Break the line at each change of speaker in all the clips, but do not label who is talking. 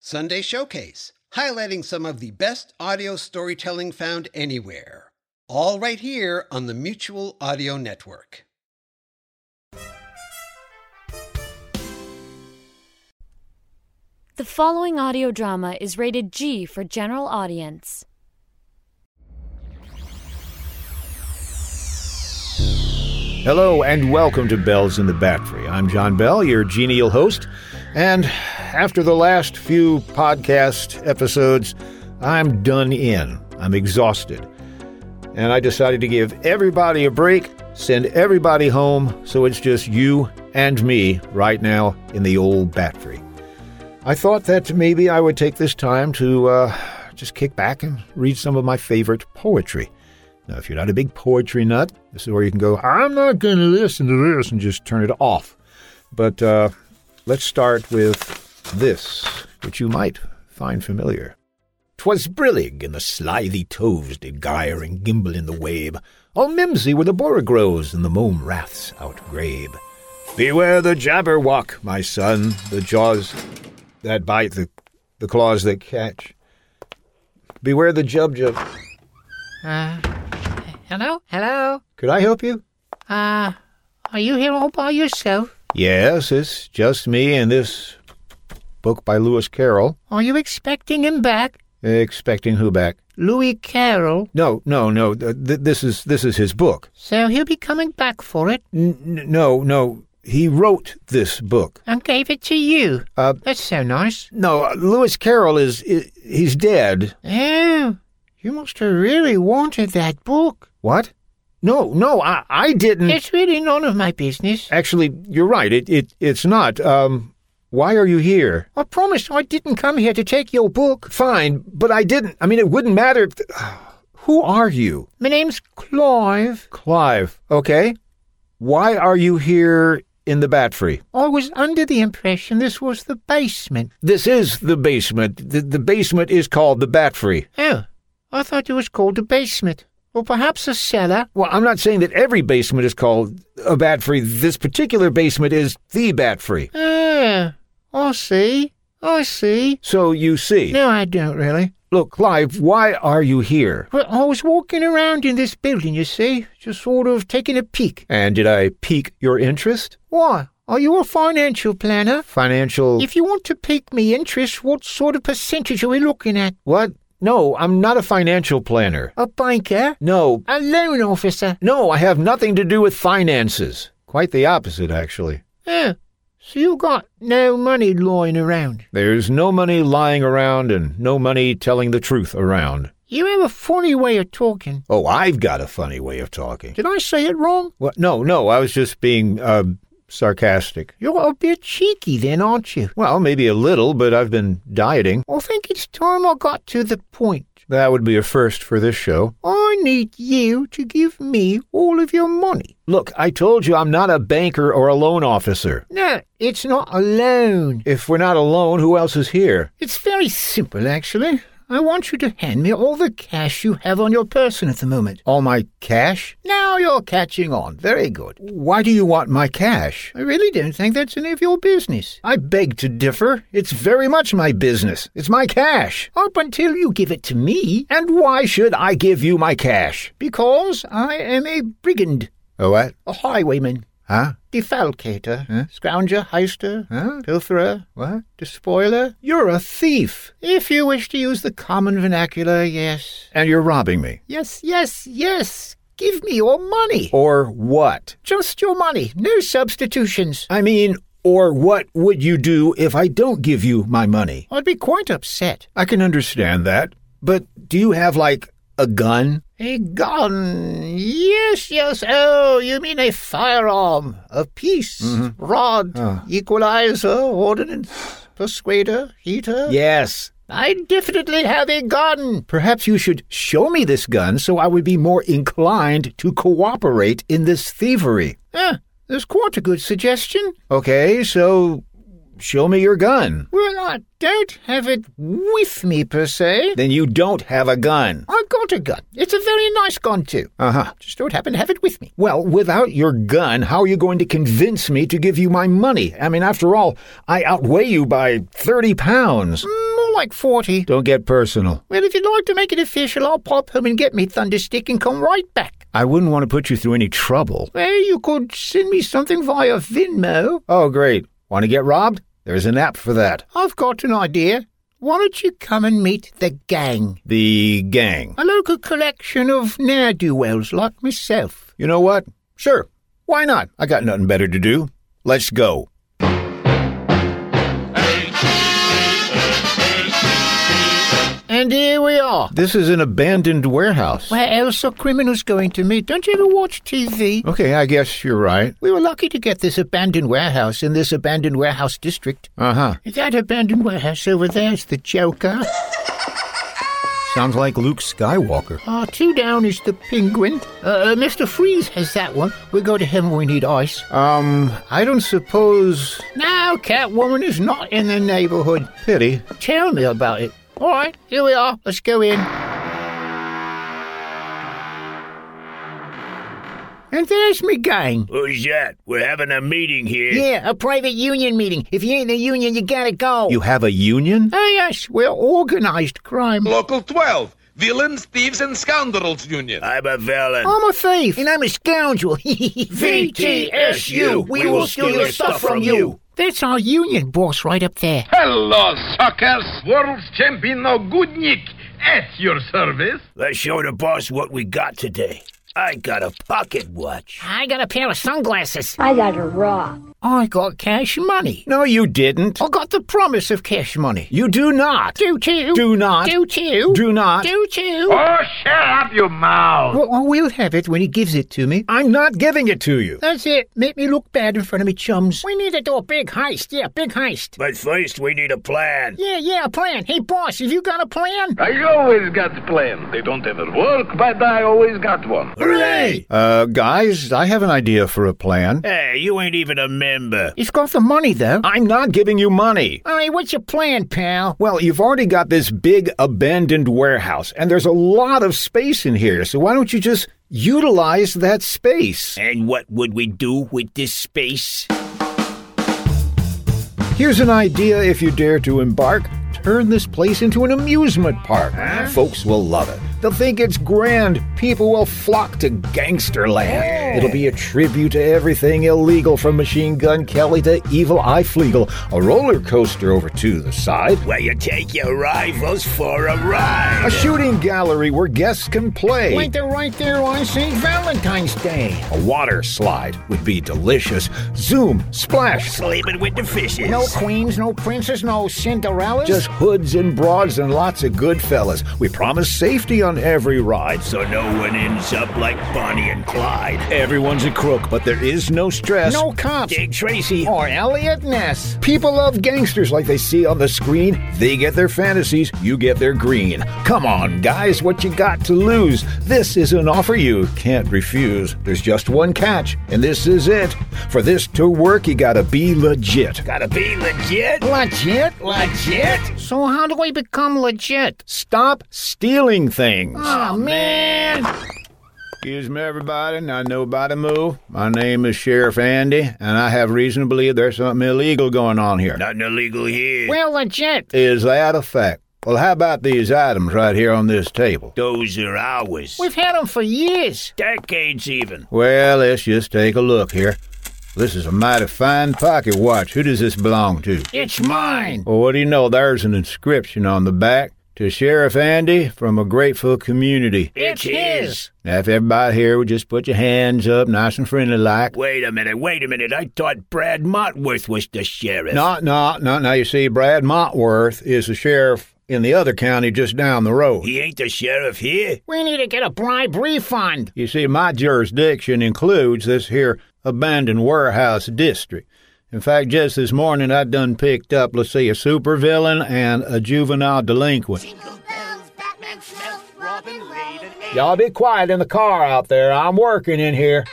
Sunday Showcase, highlighting some of the best audio storytelling found anywhere. All right here on the Mutual Audio Network.
The following audio drama is rated G for general audience.
Hello and welcome to Bells in the Battery. I'm John Bell, your genial host, and after the last few podcast episodes, I'm done in. I'm exhausted. And I decided to give everybody a break, send everybody home, so it's just you and me right now in the old battery. I thought that maybe I would take this time to uh, just kick back and read some of my favorite poetry. Now, if you're not a big poetry nut, this is where you can go, I'm not going to listen to this and just turn it off. But uh, let's start with this, which you might find familiar. 'Twas brillig, and the slithy toves did gyre and gimble in the wabe, all mimsy where the borough grows and the mome raths outgrabe. Beware the jabberwock, my son, the jaws that bite, the, the claws that catch. Beware the jubjub.
Uh, hello, hello.
Could I help you?
Uh, are you here all by yourself?
Yes, it's just me and this book by Lewis Carroll.
Are you expecting him back,
Expecting who back?
Louis Carroll?
No, no, no. Th- th- this is this is his book.
So he'll be coming back for it
N- n- no, no. He wrote this book.
and gave it to you.
Uh,
That's so nice.
no, Lewis Carroll is, is he's dead.
Oh, you must have really wanted that book.
What? No, no. I I didn't.
Mm. It's really none of my business.
Actually, you're right. It it it's not. Um, why are you here?
I promise I didn't come here to take your book.
Fine, but I didn't. I mean, it wouldn't matter. If who are you?
My name's Clive.
Clive, okay? Why are you here in the bat free?
I was under the impression this was the basement.
This is the basement. The, the basement is called the bat free.
Oh, I thought it was called the basement. Or perhaps a cellar.
Well, I'm not saying that every basement is called a bat free. This particular basement is the bat free.
Ah, I see. I see.
So you see.
No, I don't really.
Look, Clive, why are you here?
Well, I was walking around in this building, you see, just sort of taking a peek.
And did I pique your interest?
Why? Are you a financial planner?
Financial.
If you want to pique me interest, what sort of percentage are we looking at?
what? No, I'm not a financial planner.
A banker?
No,
A loan officer?
no, I have nothing to do with finances. Quite the opposite, actually.
Oh, so you got no money lying around.
There's no money lying around and no money telling the truth around.
You have a funny way of talking.
Oh, I've got a funny way of talking.
Did I say it wrong?
What? No, no, I was just being uh, sarcastic.
You're a bit cheeky then, aren't you?
Well, maybe a little, but I've been dieting.
I think it's time I got to the point.
That would be a first for this show.
I need you to give me all of your money.
Look, I told you I'm not a banker or a loan officer.
No, it's not a loan.
If we're not alone, who else is here?
It's very simple, actually. I want you to hand me all the cash you have on your person at the moment.
All my cash?
Now you're catching on. Very good.
Why do you want my cash?
I really don't think that's any of your business.
I beg to differ. It's very much my business. It's my cash.
Up until you give it to me,
And why should I give you my cash?
because I am a brigand,
A what?
a highwayman,
Huh?
defalcator,
Huh?
scrounger, heister,
Huh?
pilferer,
What?
despoiler.
You're a thief,
If you wish to use the common vernacular, yes.
and you're robbing me.
Yes, yes, yes. Give me your money.
Or what?
Just your money. No substitutions.
I mean, or what would you do if I don't give you my money?
I'd be quite upset.
I can understand that, but do you have, like, a gun?
A gun. Yes, yes. Oh, you mean a firearm. A piece.
Mm-hmm.
Rod. Equalizer. Ordinance. Persuader. Heater.
Yes.
I definitely have a gun.
Perhaps you should show me this gun so I would be more inclined to cooperate in this thievery.
Ah, that's quite a good suggestion.
Okay, so show me your gun.
Well, I don't have it with me, per se.
Then you don't have a gun.
I've got a gun. It's a very nice gun, too.
Uh huh.
Just don't happen to have it with me.
Well, without your gun, how are you going to convince me to give you my money? I mean, after all, I outweigh you by 30 pounds.
like 40.
Don't get personal.
Well, if you'd like to make it official, I'll pop home and get me Thunderstick and come right back.
I wouldn't want to put you through any trouble.
Well, you could send me something via Venmo.
Oh, great. Want to get robbed? There's an app for that.
I've got an idea. Why don't you come and meet the gang?
The gang.
A local collection of ne'er-do-wells like myself.
You know what? Sure. Why not? I got nothing better to do. Let's go.
And here we are.
This is an abandoned warehouse.
Where else are criminals going to meet? Don't you ever watch TV?
Okay, I guess you're right.
We were lucky to get this abandoned warehouse in this abandoned warehouse district.
Uh huh.
That abandoned warehouse over there is the Joker.
Sounds like Luke Skywalker.
Ah, two down is the penguin. Uh, Mr. Freeze has that one. We go to him when we need ice.
Um, I don't suppose.
No, Catwoman is not in the neighborhood.
Pity.
Tell me about it. All right, here we are. Let's go in. And there's me gang.
Who's that? We're having a meeting here.
Yeah, a private union meeting. If you ain't in the union, you gotta go.
You have a union?
oh, yes, we're organized crime.
Local 12, Villains, Thieves, and Scoundrels Union.
I'm a villain.
I'm a thief. And I'm a scoundrel. VTSU.
We will steal your stuff from you.
That's our union boss right up there.
Hello, suckers! World champion Ogudnik at your service.
Let's show the boss what we got today. I got a pocket watch.
I got a pair of sunglasses.
I got a rock.
I got cash money.
No, you didn't.
I got the promise of cash money.
You do not.
Do too.
Do not.
Do too.
Do not.
Do too.
Oh, shut up your
Oh.
mouth!
Well, I will have it when he gives it to me.
I'm not giving it to you.
That's it. Make me look bad in front of me chums. We need to do a big heist. Yeah, big heist.
But first, we need a plan.
Yeah, yeah, a plan. Hey, boss, have you got a plan?
I always got plan. They don't ever work, but I always got one.
Hooray!
Uh, guys, I have an idea for a plan.
Hey, you ain't even a member.
He's got the money, though.
I'm not giving you money.
All right, what's your plan, pal?
Well, you've already got this big abandoned warehouse, and there's a lot of space in here, so why don't you just utilize that space?
And what would we do with this space?
Here's an idea if you dare to embark. Turn this place into an amusement park. Folks will love it. They'll think it's grand. People will flock to gangster land. It'll be a tribute to everything illegal from Machine Gun Kelly to Evil Eye Flegel. A roller coaster over to the side.
Where you take your rivals for a ride.
A shooting gallery where guests can play.
Wait, they're right there on St. Valentine's Day.
A water slide would be delicious. Zoom, splash,
Sleeping with the fishes.
No queens, no princes, no Cinderellas.
just hoods and broads and lots of good fellas. We promise safety on every ride.
So no one ends up like Bonnie and Clyde.
Everyone's a crook, but there is no stress.
no cops.
Dick Tracy.
Or Elliot Ness.
People love gangsters like they see on the screen. They get their fantasies, you get their green. Come on, guys, what you got to lose? This is an offer you can't refuse. There's just one catch, and this is it. For this to work, you gotta be legit.
Gotta be legit.
Legit?
Legit?
So how do I become legit?
Stop stealing things.
Ah.
Oh, man.
Excuse me, everybody. Not nobody move. My name is Sheriff Andy, and I have reason to believe there's something illegal going on here.
Nothing illegal here.
Well, legit.
Is that a fact? Well, how about these items right here on this table?
Those are ours.
We've had them for years.
Decades even.
Well, let's just take a look here. This is a mighty fine pocket watch. Who does this belong to?
It's mine.
Well, what do you know? There's an inscription on the back to Sheriff Andy from a grateful community.
It's his.
Now, if everybody here would just put your hands up nice and friendly like.
Wait a minute, wait a minute. I thought Brad Motworth was the sheriff.
No, no, no. Now, you see, Brad Montworth is the sheriff in the other county just down the road.
He ain't the sheriff here.
We need to get a bribe refund.
You see, my jurisdiction includes this here abandoned warehouse district. In fact, just this morning I done picked up, let's see, a supervillain and a juvenile delinquent. Y'all be quiet in the car out there. I'm working in here.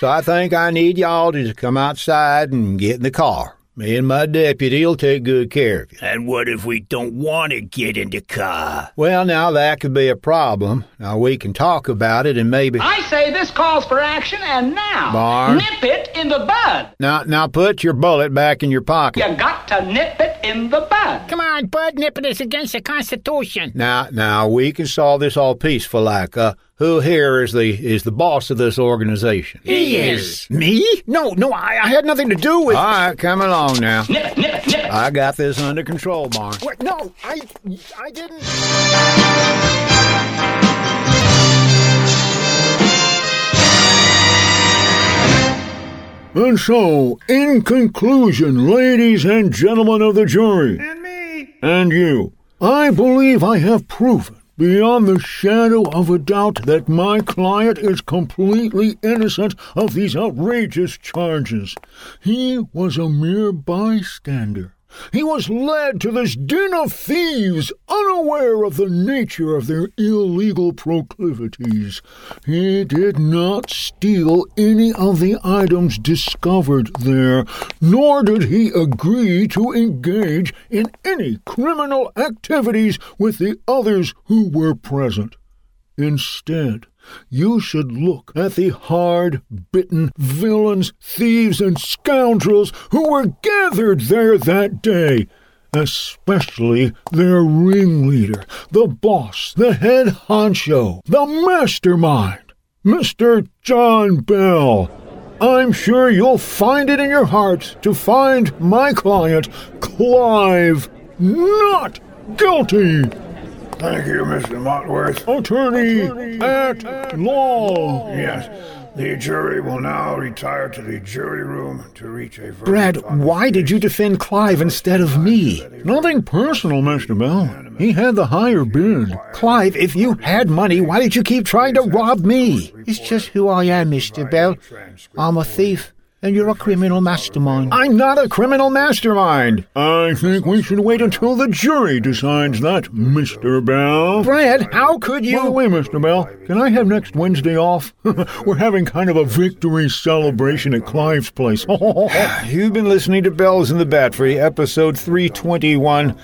So I think I need y'all to just come outside and get in the car. Me and my deputy'll take good care of you.
And what if we don't want to get in the car?
Well, now that could be a problem. Now we can talk about it and maybe.
I say this calls for action, and now
Barn.
nip it in the bud.
Now, now put your bullet back in your pocket.
You got to nip it in the bud.
Come on, Bud Nippet is against the Constitution.
Now, now we can solve this all peaceful. Like, uh, who here is the is the boss of this organization?
He is.
Me? No, no, I, I had nothing to do with. All right, come along now.
Nip it, nip it, nip it.
I got this under control, Barn.
What? No, I, I didn't.
And so, in conclusion, ladies and gentlemen of the jury, and me, and you, I believe I have proven beyond the shadow of a doubt that my client is completely innocent of these outrageous charges. He was a mere bystander. He was led to this den of thieves, unaware of the nature of their illegal proclivities. He did not steal any of the items discovered there, nor did he agree to engage in any criminal activities with the others who were present. Instead, you should look at the hard bitten villains, thieves, and scoundrels who were gathered there that day. Especially their ringleader, the boss, the head honcho, the mastermind, Mr. John Bell. I'm sure you'll find it in your heart to find my client, Clive, not guilty.
Thank you, Mr. Motworth.
Attorney, at, law.
Yes, the jury will now retire to the jury room to reach a verdict.
Brad,
on the
why did you defend Clive instead of me? Nothing personal, Mr. Bell. Hmm, He had the higher bid.
Clive,
if you had money, why did you keep trying to rob me?
It's just who I am, Mr. Bell. I'm a thief, and you're a criminal mastermind.
I'm not a criminal mastermind. I think we should wait until the jury decides that, Mr. Bell.
Brad, how
could you? By the way, Mr. Bell, can I have next Wednesday off? We're having kind of a victory celebration at Clive's place. You've been listening to Bells in the Battery, episode 321,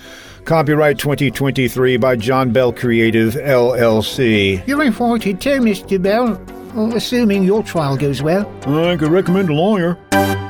copyright 2023 by John Bell Creative, LLC.
You're invited too, Mr. Bell. Assuming your trial goes well.
I could recommend a lawyer.